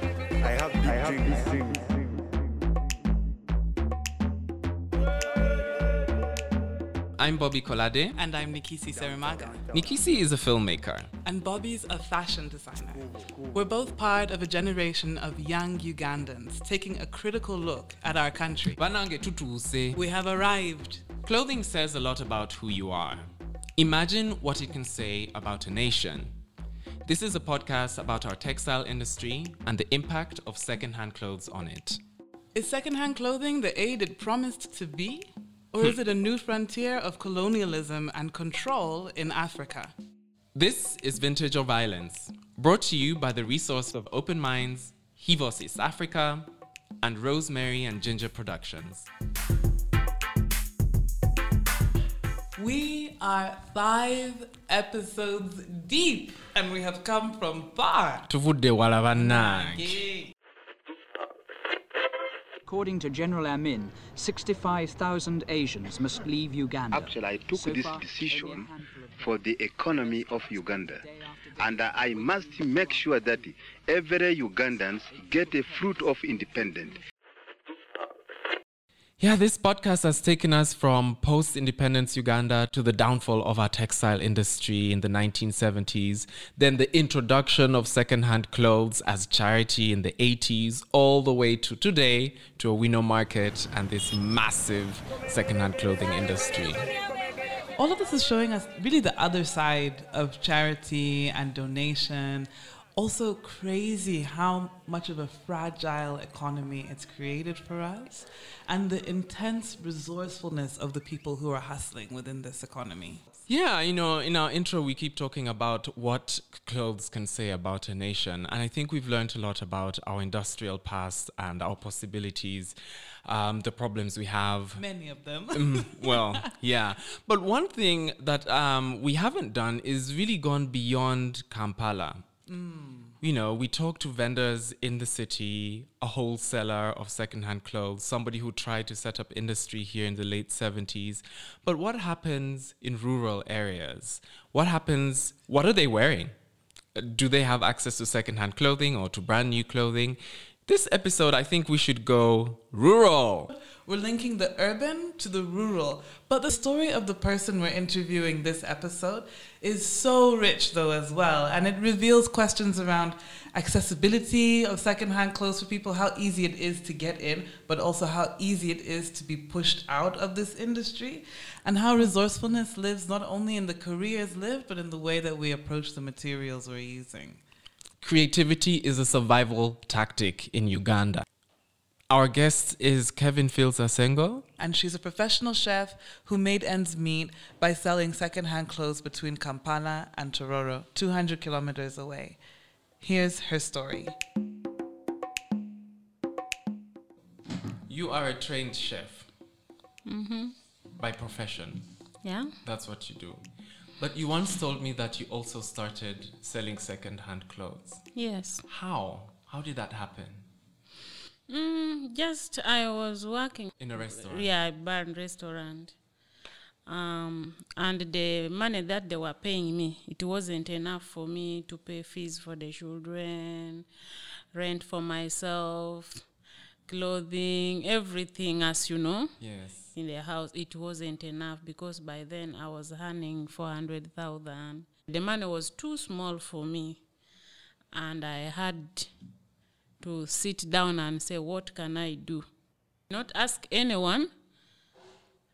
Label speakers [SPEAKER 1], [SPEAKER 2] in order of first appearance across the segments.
[SPEAKER 1] have to sing, sing, sing.
[SPEAKER 2] I'm Bobby Colade.
[SPEAKER 3] And I'm Nikisi Serimaga.
[SPEAKER 2] Nikisi is a filmmaker.
[SPEAKER 3] And Bobby's a fashion designer. We're both part of a generation of young Ugandans taking a critical look at our country.
[SPEAKER 2] Banange tutuse.
[SPEAKER 3] We have arrived.
[SPEAKER 2] Clothing says a lot about who you are. Imagine what it can say about a nation. This is a podcast about our textile industry and the impact of secondhand clothes on it.
[SPEAKER 3] Is secondhand clothing the aid it promised to be? Or is it a new frontier of colonialism and control in Africa?
[SPEAKER 2] This is Vintage or Violence, brought to you by the resource of Open Minds, Hivos East Africa, and Rosemary and Ginger Productions.
[SPEAKER 3] We are five episodes deep and we have come from far.
[SPEAKER 2] Tuvude walavanag.
[SPEAKER 3] Yay.
[SPEAKER 4] According to General Amin, 65,000 Asians must leave Uganda.
[SPEAKER 5] Actually, I took
[SPEAKER 4] So
[SPEAKER 5] this
[SPEAKER 4] far, only
[SPEAKER 5] decision
[SPEAKER 4] a handful of them.
[SPEAKER 5] for the economy of Uganda. And I must make sure that every Ugandans get a fruit of independence.
[SPEAKER 2] Yeah, this podcast has taken us from post independence Uganda to the downfall of our textile industry in the 1970s, then the introduction of secondhand clothes as charity in the 80s, all the way to today, to a window market and this massive secondhand clothing industry.
[SPEAKER 3] All of this is showing us really the other side of charity and donation. Also, crazy how much of a fragile economy it's created for us and the intense resourcefulness of the people who are hustling within this economy.
[SPEAKER 2] Yeah, you know, in our intro, we keep talking about what clothes can say about a nation. And I think we've learned a lot about our industrial past and our possibilities, um, the problems we have.
[SPEAKER 3] Many of them.
[SPEAKER 2] Mm. well, yeah. But one thing that um, we haven't done is really gone beyond Kampala. You know, we talked to vendors in the city, a wholesaler of secondhand clothes, somebody who tried to set up industry here in the late 70s. But what happens in rural areas? What happens? What are they wearing? Uh, do they have access to secondhand clothing or to brand new clothing? This episode, I think we should go rural.
[SPEAKER 3] We're linking the urban to the rural. But the story of the person we're interviewing this episode is so rich, though, as well. And it reveals questions around accessibility of secondhand clothes for people, how easy it is to get in, but also how easy it is to be pushed out of this industry, and how resourcefulness lives not only in the careers lived, but in the way that we approach the materials we're using.
[SPEAKER 2] Creativity is a survival tactic in Uganda. Our guest is Kevin Fields Asengo.
[SPEAKER 3] and she's a professional chef who made ends meet by selling secondhand clothes between Kampala and Tororo, 200 kilometers away. Here's her story.
[SPEAKER 2] You are a trained chef
[SPEAKER 6] Mm-hmm.
[SPEAKER 2] by profession.
[SPEAKER 6] Yeah.
[SPEAKER 2] That's what you do. But you once told me that you also started selling secondhand clothes.
[SPEAKER 6] Yes.
[SPEAKER 2] How? How did that happen?
[SPEAKER 6] Mm, just I was working.
[SPEAKER 2] In a restaurant?
[SPEAKER 6] Yeah, bar and restaurant. Um, and the money that they were paying me, it wasn't enough for me to pay fees for the children, rent for myself, clothing, everything, as you know,
[SPEAKER 2] Yes.
[SPEAKER 6] in the house. It wasn't enough because by then I was earning 400,000. The money was too small for me. and I had to sit down and say, What can I do? Not ask anyone.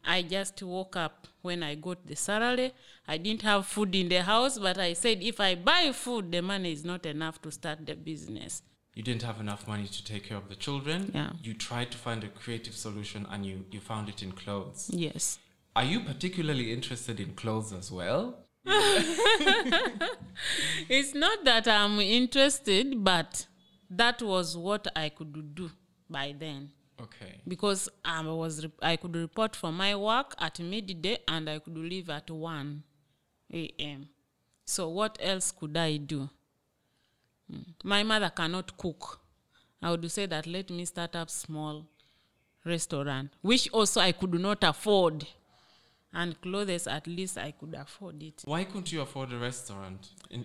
[SPEAKER 6] I just woke up when I got the salary. I didn't have food in the house, but I said, If I buy food, the money is not enough to start the business.
[SPEAKER 2] You didn't have enough money to take care of the children.
[SPEAKER 6] Yeah.
[SPEAKER 2] You tried to find a creative solution and you, you found it in clothes.
[SPEAKER 6] Yes.
[SPEAKER 2] Are you particularly interested in clothes as well?
[SPEAKER 6] It's not that I'm interested, but that was what I could do by then.
[SPEAKER 2] Okay.
[SPEAKER 6] because I was re- I could report for my work at midday and I could leave at 1 a.m. So what else could I do? Mm. My mother cannot cook. I would say that let me start up small restaurant, which also I could not afford. And clothes, at least I could afford it.
[SPEAKER 2] Why couldn't you afford a restaurant? In,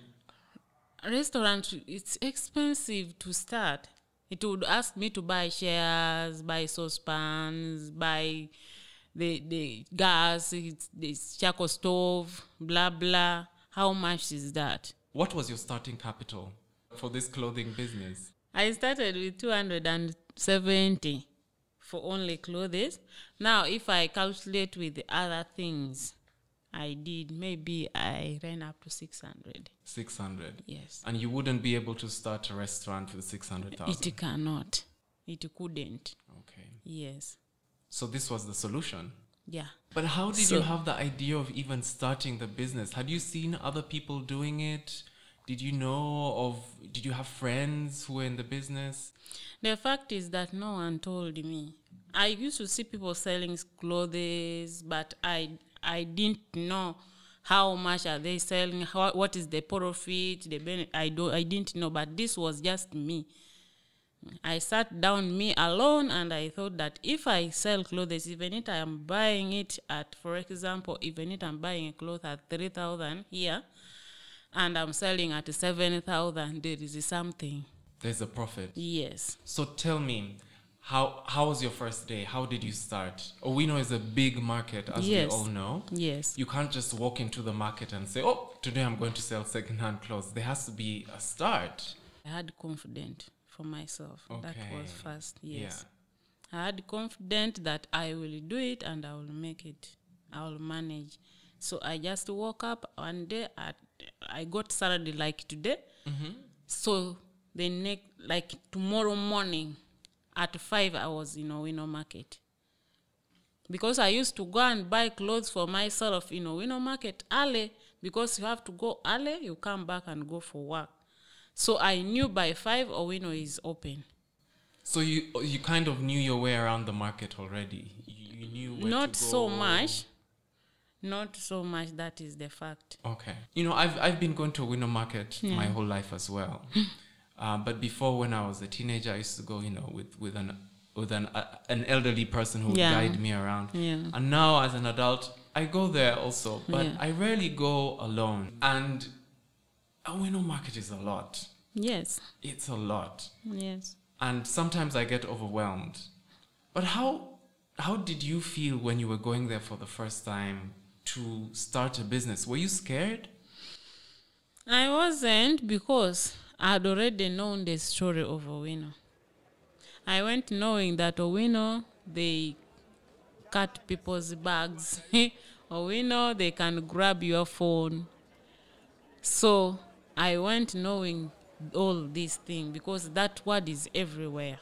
[SPEAKER 6] Restaurant, it's expensive to start. It would ask me to buy shares, buy saucepans, buy the the gas, it's, the charcoal stove, blah blah. How much is that?
[SPEAKER 2] What was your starting capital for this clothing business?
[SPEAKER 6] I started with 270 for only clothes. Now, if I calculate with the other things I did, maybe I ran up to 600.
[SPEAKER 2] 600.
[SPEAKER 6] Yes.
[SPEAKER 2] And you wouldn't be able to start a restaurant with 600,000.
[SPEAKER 6] It cannot. It couldn't.
[SPEAKER 2] Okay.
[SPEAKER 6] Yes.
[SPEAKER 2] So this was the solution.
[SPEAKER 6] Yeah.
[SPEAKER 2] But how did you
[SPEAKER 6] So-
[SPEAKER 2] have the idea of even starting the business? Had you seen other people doing it? Did you know of did you have friends who were in the business?
[SPEAKER 6] The fact is that no one told me. I used to see people selling clothes, but I I didn't know how much are they selling. How, what is the profit? The ben- I do I didn't know, but this was just me. I sat down me alone and I thought that if I sell clothes, even if I am buying it at, for example, even if I'm buying a cloth at 3,000 here and I'm selling at 7,000, there is something.
[SPEAKER 2] There's a profit.
[SPEAKER 6] Yes.
[SPEAKER 2] So tell me, how how was your first day? How did you start? Owino is a big market, as
[SPEAKER 6] Yes.
[SPEAKER 2] we all know.
[SPEAKER 6] Yes.
[SPEAKER 2] You can't just walk into the market and say, "Oh, today I'm going to sell secondhand clothes." There has to be a start.
[SPEAKER 6] I had confident for myself. That
[SPEAKER 2] Okay.
[SPEAKER 6] was first. Yes. I had confident that I will do it and I will make it. I will manage. So I just woke up one day. At, I got salary like today. So the next, like tomorrow morning, at five, I was in Owino Market. Because I used to go and buy clothes for myself in Owino Market early. Because you have to go early, you come back and go for work. So I knew by five Owino is open.
[SPEAKER 2] So you you kind of knew your way around the market already. You, you knew where
[SPEAKER 6] not
[SPEAKER 2] to
[SPEAKER 6] so
[SPEAKER 2] go.
[SPEAKER 6] much not so much that is the fact
[SPEAKER 2] Okay. You know, I've I've been going to a window market my whole life as well. uh, but before, when I was a teenager, I used to go, you know, with with an with an uh, an elderly person who would
[SPEAKER 6] Yeah.
[SPEAKER 2] guide me around.
[SPEAKER 6] Yeah.
[SPEAKER 2] And now, as an adult, I go there also, but
[SPEAKER 6] Yeah.
[SPEAKER 2] I rarely go alone. And a window market is a lot.
[SPEAKER 6] yes
[SPEAKER 2] It's a lot,
[SPEAKER 6] yes
[SPEAKER 2] and sometimes I get overwhelmed. But how how did you feel when you were going there for the first time to start a business? Were you scared?
[SPEAKER 6] i wasn't because i had already known the story of owino i went knowing that owino they cut people's bags owino they can grab your phone so i went knowing all these things because that word is everywhere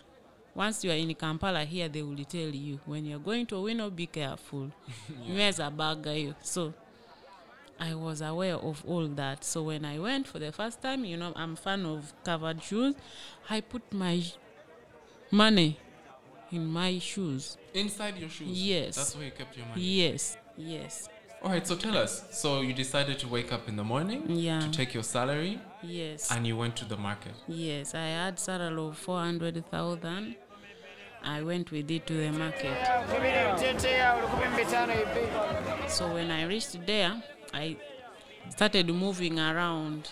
[SPEAKER 6] once you are in kampala here they will tell you when you're going to owino be careful yeah. bag you so I was aware of all that. So when I went for the first time, you know, I'm fan of covered shoes. I put my sh- money in my shoes.
[SPEAKER 2] Inside your shoes?
[SPEAKER 6] Yes.
[SPEAKER 2] That's where you kept your money.
[SPEAKER 6] Yes, yes,
[SPEAKER 2] All right, so tell us. So you decided to wake up in the morning
[SPEAKER 6] Yeah.
[SPEAKER 2] to take your salary
[SPEAKER 6] yes,
[SPEAKER 2] and you went to the market.
[SPEAKER 6] yes. I had salary of four hundred thousand. I went with it to the market. So when I reached there, I started moving around.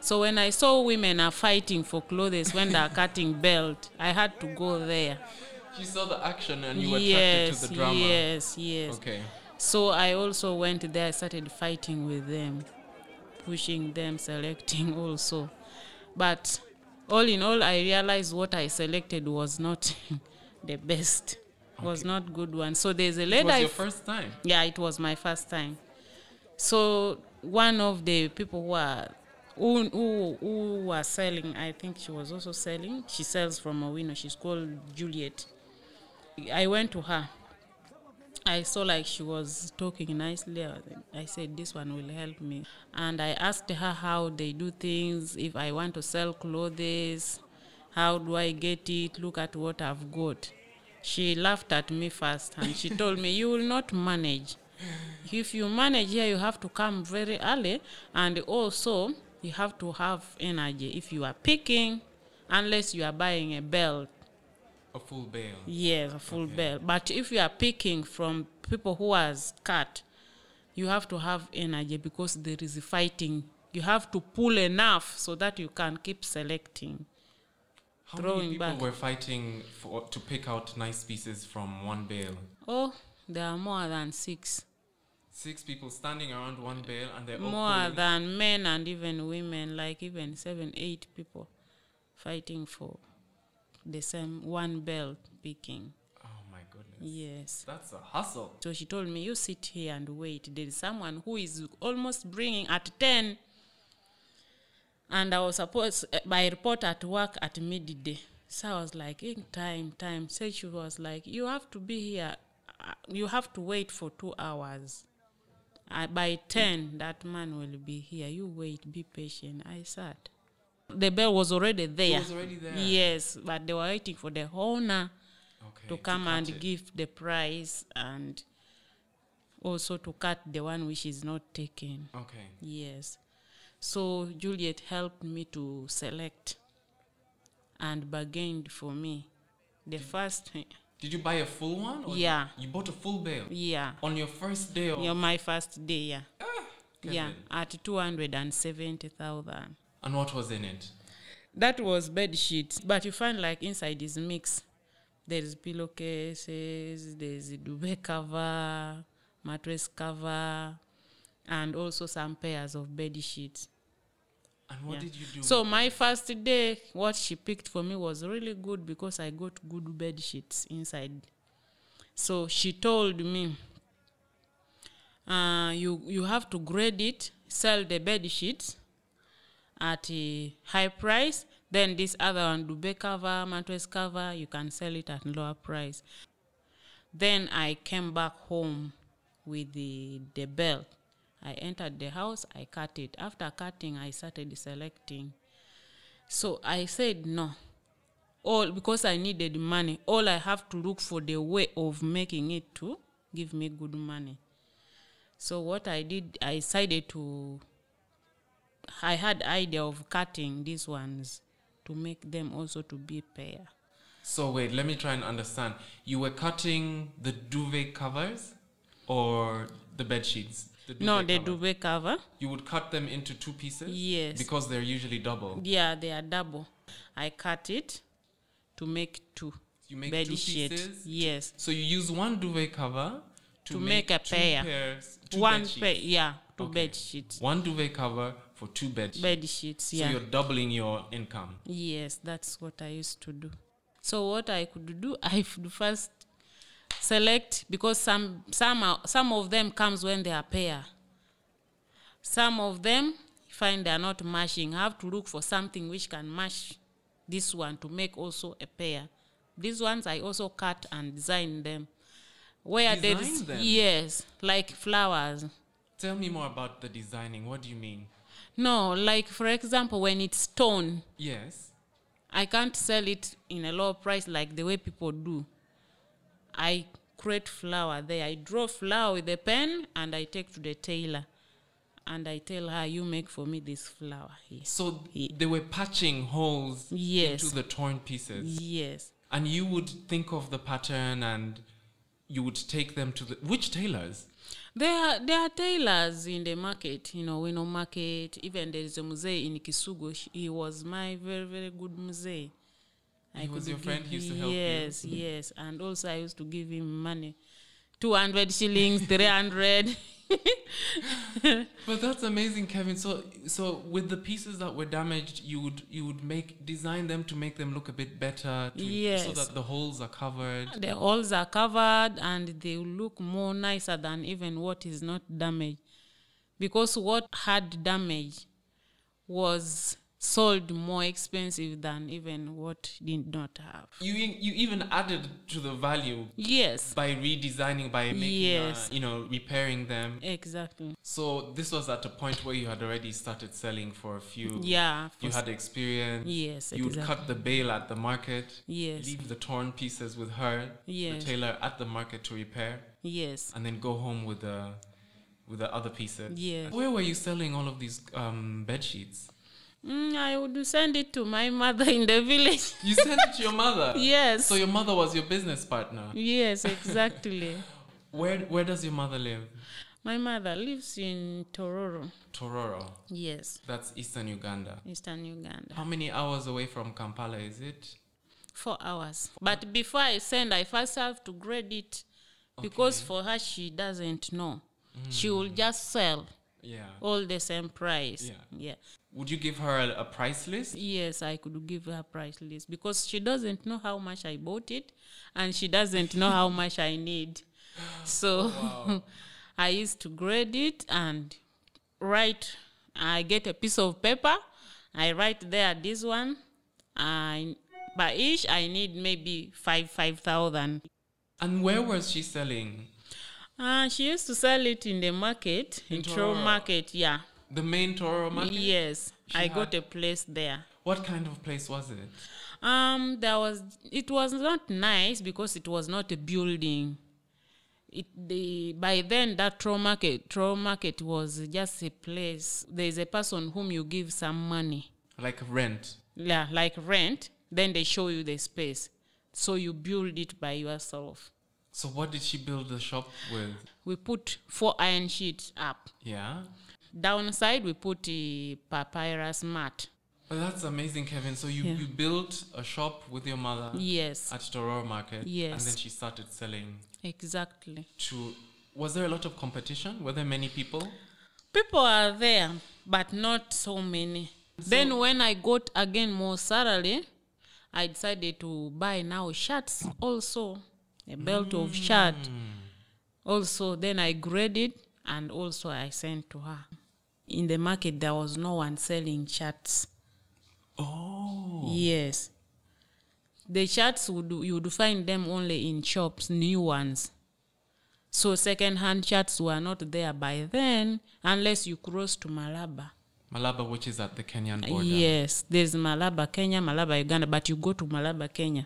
[SPEAKER 6] So when I saw women are fighting for clothes when they are cutting belt, I had to go there.
[SPEAKER 2] You saw the action and you were
[SPEAKER 6] yes,
[SPEAKER 2] attracted to the drama.
[SPEAKER 6] yes, yes.
[SPEAKER 2] Okay.
[SPEAKER 6] So I also went there. I started fighting with them, pushing them, selecting also. But all in all, I realized what I selected was not the best. Was not good one. So there's a
[SPEAKER 2] It
[SPEAKER 6] lady
[SPEAKER 2] was
[SPEAKER 6] I
[SPEAKER 2] your
[SPEAKER 6] f-
[SPEAKER 2] first time.
[SPEAKER 6] yeah, it was my first time. So one of the people who are who, who, who were selling, I think she was also selling. She sells from a window. She's called Juliet. I went to her. I saw like she was talking nicely. I was- I said, "This one will help me." And I asked her how they do things. If I want to sell clothes, how do I get it? Look at what I've got. She laughed at me first, and she told me, "You will not manage. If you manage here, you have to come very early, and also you have to have energy. If you are picking, unless you are buying a belt."
[SPEAKER 2] A full bail.
[SPEAKER 6] Yes, a full bell. But if you are picking from people who has cut, you have to have energy because there is fighting. You have to pull enough so that you can keep selecting.
[SPEAKER 2] How many
[SPEAKER 6] throwing
[SPEAKER 2] people
[SPEAKER 6] back.
[SPEAKER 2] were fighting for, to pick out nice pieces from one bale?
[SPEAKER 6] Oh, there are more than six.
[SPEAKER 2] Six people standing around one bale and they're all
[SPEAKER 6] More
[SPEAKER 2] pulling.
[SPEAKER 6] than men and even women, like even seven, eight people fighting for the same one belt picking.
[SPEAKER 2] Oh my goodness.
[SPEAKER 6] Yes.
[SPEAKER 2] That's a hustle.
[SPEAKER 6] So she told me, You sit here and wait. There's someone who is almost bringing at 10. And I was supposed, eh, my report at work at midday. So I was like, in time, time. So she was like, You have to be here. uh, You have to wait for two hours. Uh, by 10, that man will be here. You wait, be patient. I sat. The bell was already there.
[SPEAKER 2] was already there.
[SPEAKER 6] Yes, but they were waiting for the owner
[SPEAKER 2] Okay.
[SPEAKER 6] to come
[SPEAKER 2] Eh, cut
[SPEAKER 6] and
[SPEAKER 2] it.
[SPEAKER 6] give the price and also to cut the one which is not taken.
[SPEAKER 2] Okay.
[SPEAKER 6] Yes. So Juliet helped me to select and bargained for me.
[SPEAKER 2] Mm.
[SPEAKER 6] The first,
[SPEAKER 2] Did you buy a full one? you-
[SPEAKER 6] Yeah.
[SPEAKER 2] You bought a full bale
[SPEAKER 6] yeah,
[SPEAKER 2] on your first day. Of,
[SPEAKER 6] yeah, my first day, yeah, yeah,
[SPEAKER 2] Oh. Ah, Kevin.
[SPEAKER 6] at two hundred and seventy thousand.
[SPEAKER 2] And what was in it?
[SPEAKER 6] That was bed sheets, but you find like inside is mix. There's pillowcases, there's a duvet cover, mattress cover, and also some pairs of bed sheets.
[SPEAKER 2] And what
[SPEAKER 6] Yeah.
[SPEAKER 2] did you do?
[SPEAKER 6] So my first day, what she picked for me was really good because I got good bed sheets inside. So she told me, uh, you you have to grade it, sell the bed sheets at a high price. Then this other one, duvet cover, mattress cover, you can sell it at lower price. Then I came back home with the, the belt. I entered the house, I cut it. After cutting, I started selecting. So I said no. All because I needed money. All I have to look for the way of making it to give me good money. So what I did, I decided to I had idea of cutting these ones to make them also to be pair.
[SPEAKER 2] So wait, let me try and understand. You were cutting the duvet covers or the bed sheets? The
[SPEAKER 6] No,
[SPEAKER 2] duvet
[SPEAKER 6] the
[SPEAKER 2] cover.
[SPEAKER 6] duvet cover.
[SPEAKER 2] You would cut them into two pieces?
[SPEAKER 6] Yes.
[SPEAKER 2] Because they're usually double.
[SPEAKER 6] Yeah, they are double. I cut it to make two.
[SPEAKER 2] You make
[SPEAKER 6] bed
[SPEAKER 2] two
[SPEAKER 6] sheet.
[SPEAKER 2] pieces?
[SPEAKER 6] Yes.
[SPEAKER 2] So you use one duvet cover to,
[SPEAKER 6] To make a
[SPEAKER 2] two
[SPEAKER 6] pair.
[SPEAKER 2] pairs, two
[SPEAKER 6] One
[SPEAKER 2] bed sheets.
[SPEAKER 6] pair, yeah, two
[SPEAKER 2] Okay.
[SPEAKER 6] bed sheets.
[SPEAKER 2] One duvet cover for two bed sheets.
[SPEAKER 6] Bed sheets,
[SPEAKER 2] so
[SPEAKER 6] yeah.
[SPEAKER 2] you're doubling your income.
[SPEAKER 6] Yes, that's what I used to do. So what I could do, I would first select because some some are, some of them comes when they are pair. Some of them find they are not matching. I have to look for something which can match this one to make also a pair. These ones I also cut and design them. Where there is
[SPEAKER 2] Design them?
[SPEAKER 6] yes, like flowers.
[SPEAKER 2] Tell me more about the designing. What do you mean?
[SPEAKER 6] No, like for example, when it's stone,
[SPEAKER 2] Yes.
[SPEAKER 6] I can't sell it in a low price like the way people do. I create flower there. I draw flower with a pen and I take to the tailor and I tell her, you make for me this flower. Yes.
[SPEAKER 2] So
[SPEAKER 6] Ye-
[SPEAKER 2] they were patching holes
[SPEAKER 6] Yes.
[SPEAKER 2] into the torn pieces.
[SPEAKER 6] Yes.
[SPEAKER 2] And you would think of the pattern and you would take them to the. Which tailors?
[SPEAKER 6] There are, there are tailors in the market, you know, we know market. Even there is a museum in Kisugo. Sh- He was my very, very good museum.
[SPEAKER 2] He was
[SPEAKER 6] could
[SPEAKER 2] your friend?
[SPEAKER 6] give-
[SPEAKER 2] He used to help you?
[SPEAKER 6] Yes, yes. And also I used to give him money. 200 shillings, 300.
[SPEAKER 2] But that's amazing, Kevin. So, so with the pieces that were damaged, you would you would make design them to make them look a bit better, to, so
[SPEAKER 6] Yes.
[SPEAKER 2] that the holes are covered.
[SPEAKER 6] The holes are covered and they look more nicer than even what is not damaged. Because what had damage was sold more expensive than even what did not have.
[SPEAKER 2] You e- you even added to the value
[SPEAKER 6] Yes,
[SPEAKER 2] by redesigning, by making,
[SPEAKER 6] Yes.
[SPEAKER 2] uh, you know, repairing them.
[SPEAKER 6] exactly.
[SPEAKER 2] So this was at a point where you had already started selling for a few.
[SPEAKER 6] Yeah.
[SPEAKER 2] You
[SPEAKER 6] for-
[SPEAKER 2] had experience.
[SPEAKER 6] Yes,
[SPEAKER 2] You would
[SPEAKER 6] exactly.
[SPEAKER 2] cut the bale at the market.
[SPEAKER 6] Yes.
[SPEAKER 2] Leave the torn pieces with her,
[SPEAKER 6] Yes.
[SPEAKER 2] the tailor, at the market to repair,
[SPEAKER 6] yes.
[SPEAKER 2] and then go home with the with the other pieces.
[SPEAKER 6] Yes.
[SPEAKER 2] Where were you selling all of these um, bed sheets?
[SPEAKER 6] Mm, I would send it to my mother in the village.
[SPEAKER 2] You sent it to your mother.
[SPEAKER 6] Yes.
[SPEAKER 2] So your mother was your business partner.
[SPEAKER 6] yes, exactly.
[SPEAKER 2] Where Where does your mother live?
[SPEAKER 6] my mother lives in Tororo.
[SPEAKER 2] Tororo.
[SPEAKER 6] Yes,
[SPEAKER 2] That's eastern Uganda.
[SPEAKER 6] eastern Uganda.
[SPEAKER 2] How many hours away from Kampala is it?
[SPEAKER 6] four hours. But before I send, I first have to grade it because for her, she doesn't know. She will just sell
[SPEAKER 2] Yeah.
[SPEAKER 6] all the same price.
[SPEAKER 2] Yeah.
[SPEAKER 6] yeah.
[SPEAKER 2] Would you give her a, a price list?
[SPEAKER 6] Yes, I could give her price list because she doesn't know how much I bought it and she doesn't know how much I need. So
[SPEAKER 2] Oh,
[SPEAKER 6] I used to grade it and write. I get a piece of paper. I write there this one. I by each I need maybe five five thousand.
[SPEAKER 2] And where was she selling?
[SPEAKER 6] Uh, she used to sell it in the market, in,
[SPEAKER 2] In
[SPEAKER 6] Truro
[SPEAKER 2] Truro.
[SPEAKER 6] Market. Yeah.
[SPEAKER 2] The main Toro market?
[SPEAKER 6] Yes,
[SPEAKER 2] She
[SPEAKER 6] I
[SPEAKER 2] had-
[SPEAKER 6] got a place there.
[SPEAKER 2] What kind of place was it?
[SPEAKER 6] Um, there was it was not nice because it was not a building. It the by then that troll market troll market was just a place. There is a person whom you give some money,
[SPEAKER 2] Like rent.
[SPEAKER 6] yeah, like rent. Then they show you the space, so you build it by yourself.
[SPEAKER 2] So what did she build the shop with?
[SPEAKER 6] We put four iron sheets up.
[SPEAKER 2] Yeah.
[SPEAKER 6] Downside we put a papyrus mat.
[SPEAKER 2] But that's amazing, Kevin. So you,
[SPEAKER 6] Yeah.
[SPEAKER 2] you built a shop with your mother
[SPEAKER 6] Yes,
[SPEAKER 2] Uh-huh. at Toro Market. And
[SPEAKER 6] Yes.
[SPEAKER 2] then she started selling
[SPEAKER 6] exactly.
[SPEAKER 2] to. Was there a lot of competition? Were there many people?
[SPEAKER 6] people are there but not so many then when i got again more salary i decided to buy now shirts also a belt of shirt also then i graded and also i sent to her in the market there was no one selling shirts
[SPEAKER 2] Oh.
[SPEAKER 6] yes the shirts would you would find them only in shops new ones so second hand shirts were not there by then unless you cross to malaba
[SPEAKER 2] Malaba, which is at the
[SPEAKER 6] Uh,
[SPEAKER 2] Kenyan border.
[SPEAKER 6] Yes, there's Malaba, Kenya, Malaba, Uganda, but you go to Malaba, Kenya.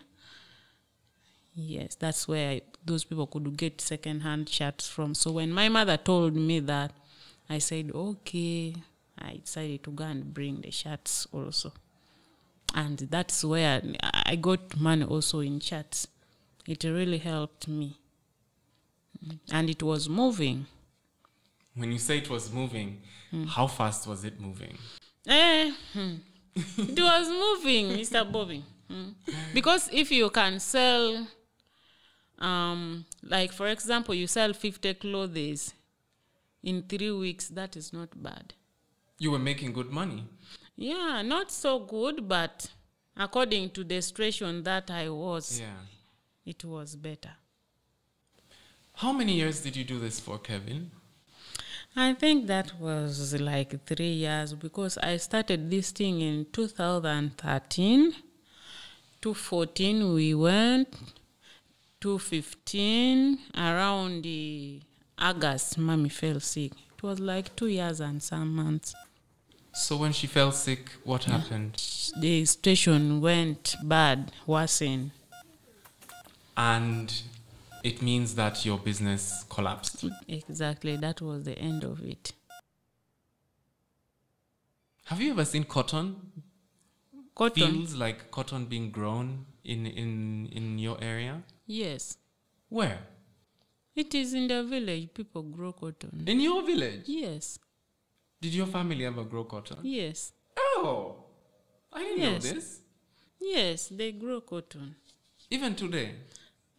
[SPEAKER 6] Yes, that's where I, those people could get second-hand shirts from. So when my mother told me that, I said, okay, I decided to go and bring the shirts also. And that's where I got money also in shirts. It really helped me. And it was moving.
[SPEAKER 2] When you say it was moving,
[SPEAKER 6] Hmm.
[SPEAKER 2] how fast was it moving?
[SPEAKER 6] Eh, hmm. it was moving, Mr. Bobby. Hmm. Because if you can sell, um, like for example, you sell 50 clothes in three weeks, that is not bad.
[SPEAKER 2] You were making good money.
[SPEAKER 6] Yeah, not so good, but according to the situation that I was,
[SPEAKER 2] Yeah.
[SPEAKER 6] it was better.
[SPEAKER 2] How many years did you do this for, Kevin?
[SPEAKER 6] I think that was like three years because I started this thing in 2013. 2014 we went. 2015 around the August, mommy fell sick. It was like two years and some months.
[SPEAKER 2] So when she fell sick, what happened?
[SPEAKER 6] The situation went bad, worsened.
[SPEAKER 2] And it means that your business collapsed.
[SPEAKER 6] Exactly, that was the end of it.
[SPEAKER 2] Have you ever seen cotton
[SPEAKER 6] Cotton.
[SPEAKER 2] fields like cotton being grown in in in your area?
[SPEAKER 6] Yes,
[SPEAKER 2] Where?
[SPEAKER 6] it is in the village. People grow cotton.
[SPEAKER 2] In your village?
[SPEAKER 6] Yes,
[SPEAKER 2] Did your family ever grow cotton?
[SPEAKER 6] yes.
[SPEAKER 2] Oh, I didn't
[SPEAKER 6] Yes.
[SPEAKER 2] know this.
[SPEAKER 6] Yes, they grow cotton.
[SPEAKER 2] Even today.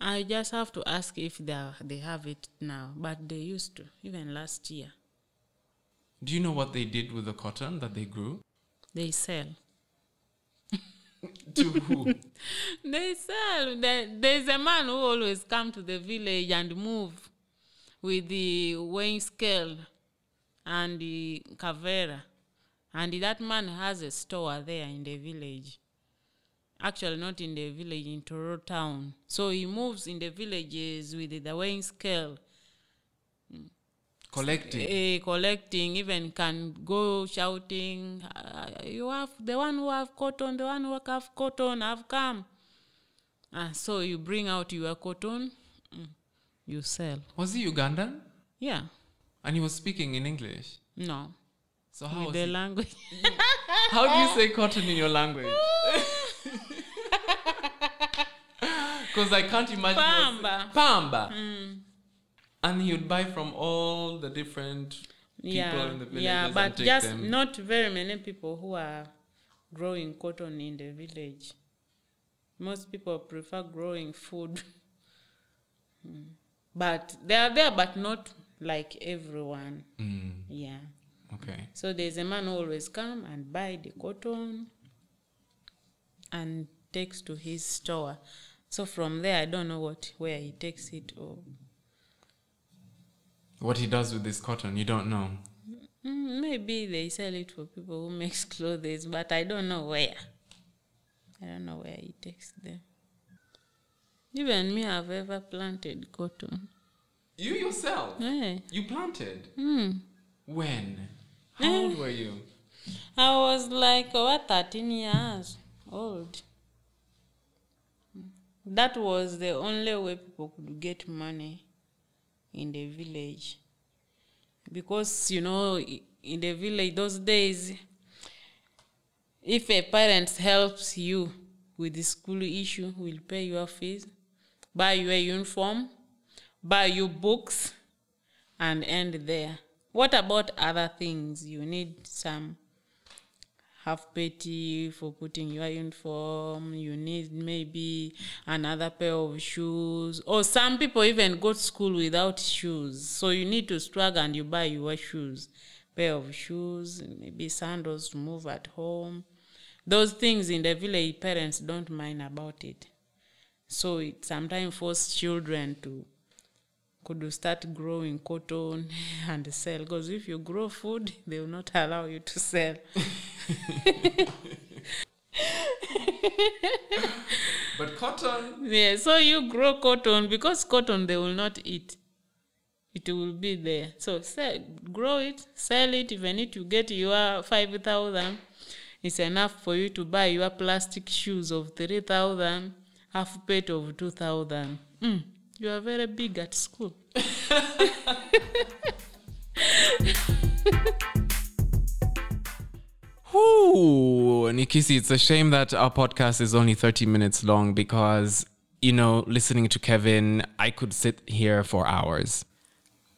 [SPEAKER 6] I just have to ask if they are, they have it now, but they used to even last year.
[SPEAKER 2] Do you know what they did with the cotton that they grew?
[SPEAKER 6] They sell.
[SPEAKER 2] To who?
[SPEAKER 6] They sell. There, there's a man who always come to the village and move with the weighing scale and the cavera, and that man has a store there in the village. Actually, not in the village, in Toro town. So he moves in the villages with the weighing scale
[SPEAKER 2] Collecting.
[SPEAKER 6] eh, collecting even can go shouting uh, you have the one who have cotton the one who have cotton have come Ah, so you bring out your cotton mm, you sell
[SPEAKER 2] Was he Ugandan?
[SPEAKER 6] yeah
[SPEAKER 2] And he was speaking in English.
[SPEAKER 6] no
[SPEAKER 2] So how
[SPEAKER 6] with
[SPEAKER 2] was
[SPEAKER 6] the
[SPEAKER 2] he-
[SPEAKER 6] language
[SPEAKER 2] How do you
[SPEAKER 6] Eh.
[SPEAKER 2] say cotton in your language? Because I can't imagine. you
[SPEAKER 6] Pamba. Hmm.
[SPEAKER 2] say- Pamba. And he would buy from all the different people
[SPEAKER 6] yeah
[SPEAKER 2] in the villages
[SPEAKER 6] yeah
[SPEAKER 2] and
[SPEAKER 6] but
[SPEAKER 2] take
[SPEAKER 6] just
[SPEAKER 2] them.
[SPEAKER 6] not very many people who are growing cotton in the village Most people prefer growing food. Mm. But they are there, but not like everyone.
[SPEAKER 2] Mm.
[SPEAKER 6] Yeah.
[SPEAKER 2] Okay.
[SPEAKER 6] So there's a man who always come and buy the cotton and takes to his store. So from there, I don't know what where he takes it or
[SPEAKER 2] What he does with this cotton, you don't know.
[SPEAKER 6] Mm, maybe they sell it for people who makes clothes, but I don't know where. I don't know where he takes them. Even me, I've ever planted cotton.
[SPEAKER 2] You yourself,
[SPEAKER 6] Eh. Hmm.
[SPEAKER 2] you planted. When?
[SPEAKER 6] Eh.
[SPEAKER 2] How old were you?
[SPEAKER 6] I was like over 13 years old. That was the only way people could get money in the village. Because, you know, i- in the village those days, if a parent helps you with the school issue, will pay your fees, buy you a uniform, buy you books, and end there. What about other things? You need some half petty for putting your uniform you need maybe another pair of shoes or some people even go to school without shoes so you need to struggle and you buy your shoes pair of shoes maybe sandals to move at home those things in the village parents don't mind about it so it sometimes force children to could start growing cotton and sell because if you grow food they will not allow you to sell
[SPEAKER 2] But cotton.
[SPEAKER 6] Yeah, so you grow cotton because cotton they will not eat. It will be there. So sell, grow it, sell it. Even if you get your five thousand, it's enough for you to buy your plastic shoes of three thousand, half pet of two thousand. Mm, you are very big at school.
[SPEAKER 2] Whoo, Nikisi, it's a shame that our podcast is only 30 minutes long because, you know, listening to Kevin, I could sit here for hours.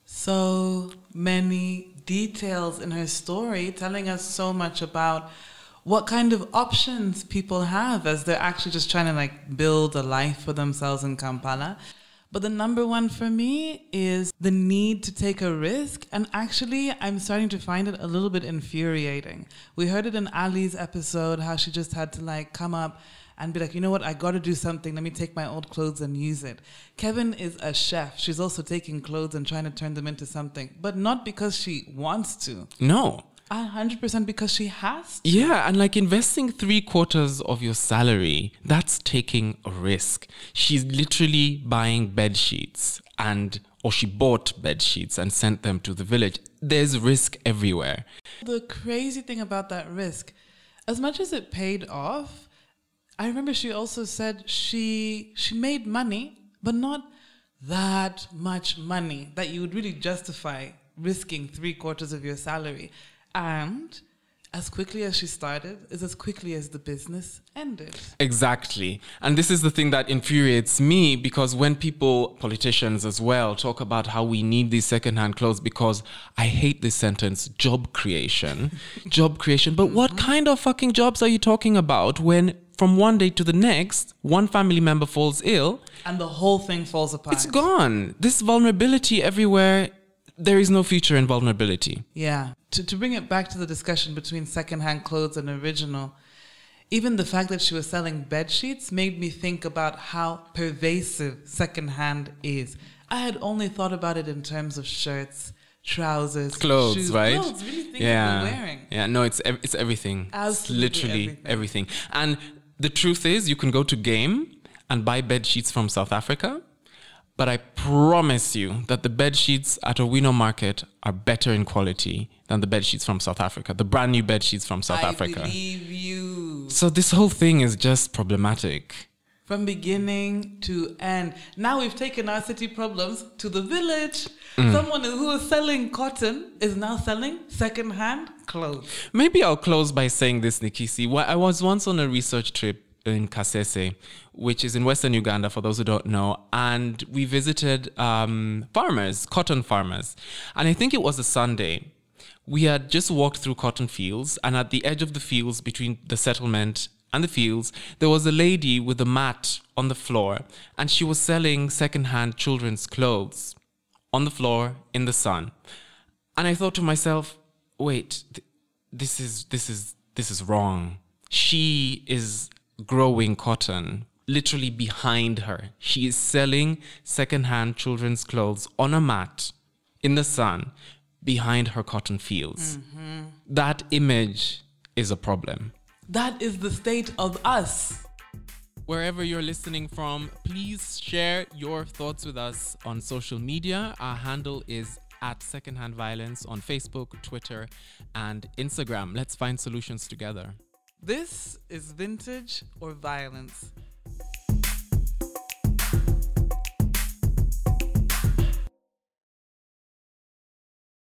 [SPEAKER 3] so many details in her story, telling us so much about what kind of options people have as they're actually just trying to like build a life for themselves in Kampala. But the number one for me is the need to take a risk. And actually, I'm starting to find it a little bit infuriating. We heard it in Ali's episode how she just had to like come up and be like, you know what, I gotta do something. Let me take my old clothes and use it. Kevin is a chef. She's also taking clothes and trying to turn them into something, but not because she wants to.
[SPEAKER 2] No.
[SPEAKER 3] A hundred percent because she has to.
[SPEAKER 2] Yeah, and like investing three quarters of your salary, that's taking a risk. She's literally buying bed sheets and or she bought bed sheets and sent them to the village. There's risk everywhere.
[SPEAKER 3] The crazy thing about that risk, as much as it paid off, I remember she also said she she made money, but not that much money that you would really justify risking three quarters of your salary. And as quickly as she started is as quickly as the business ended.
[SPEAKER 2] Exactly. And this is the thing that infuriates me because when people, politicians as well, talk about how we need these secondhand clothes, because I hate this sentence job creation. job creation. But what kind of fucking jobs are you talking about when from one day to the next, one family member falls ill?
[SPEAKER 3] And the whole thing falls apart.
[SPEAKER 2] It's gone. This vulnerability everywhere, there is no future in vulnerability.
[SPEAKER 3] Yeah. To, to bring it back to the discussion between secondhand clothes and original, even the fact that she was selling bed sheets made me think about how pervasive secondhand is. I had only thought about it in terms of shirts, trousers,
[SPEAKER 2] clothes,
[SPEAKER 3] shoes,
[SPEAKER 2] right?
[SPEAKER 3] Clothes, really things
[SPEAKER 2] yeah.
[SPEAKER 3] yeah. you're wearing.
[SPEAKER 2] Yeah, no, it's ev- it's everything.
[SPEAKER 3] Absolutely
[SPEAKER 2] it's literally everything.
[SPEAKER 3] everything.
[SPEAKER 2] And the truth is, you can go to Game and buy bed sheets from South Africa, but I promise you that the bed sheets at Owino Market are better in quality than the bed sheets from South Africa. The brand new bed sheets from South
[SPEAKER 3] I
[SPEAKER 2] Africa.
[SPEAKER 3] believe you.
[SPEAKER 2] so this whole thing is just problematic.
[SPEAKER 3] From beginning to end. Now we've taken our city problems to the village.
[SPEAKER 2] Mm.
[SPEAKER 3] Someone who was selling cotton is now selling secondhand clothes.
[SPEAKER 2] Maybe I'll close by saying this, Nikisi. Wh- I was once on a research trip in Kasese, which is in Western Uganda, for those who don't know, and we visited um, farmers, cotton farmers. And I think it was a Sunday. We had just walked through cotton fields, and at the edge of the fields between the settlement and the fields, there was a lady with a mat on the floor, and she was selling secondhand children's clothes on the floor in the sun. And I thought to myself, wait, th- this is this is this is wrong. She is growing cotton literally behind her. She is selling secondhand children's clothes on a mat in the sun behind her cotton fields. That image is a problem.
[SPEAKER 3] That is the state of us.
[SPEAKER 2] Wherever you're listening from, please share your thoughts with us on social media. Our handle is at Secondhand Violence on Facebook, Twitter, and Instagram. Let's find solutions together.
[SPEAKER 3] This is vintage or violence.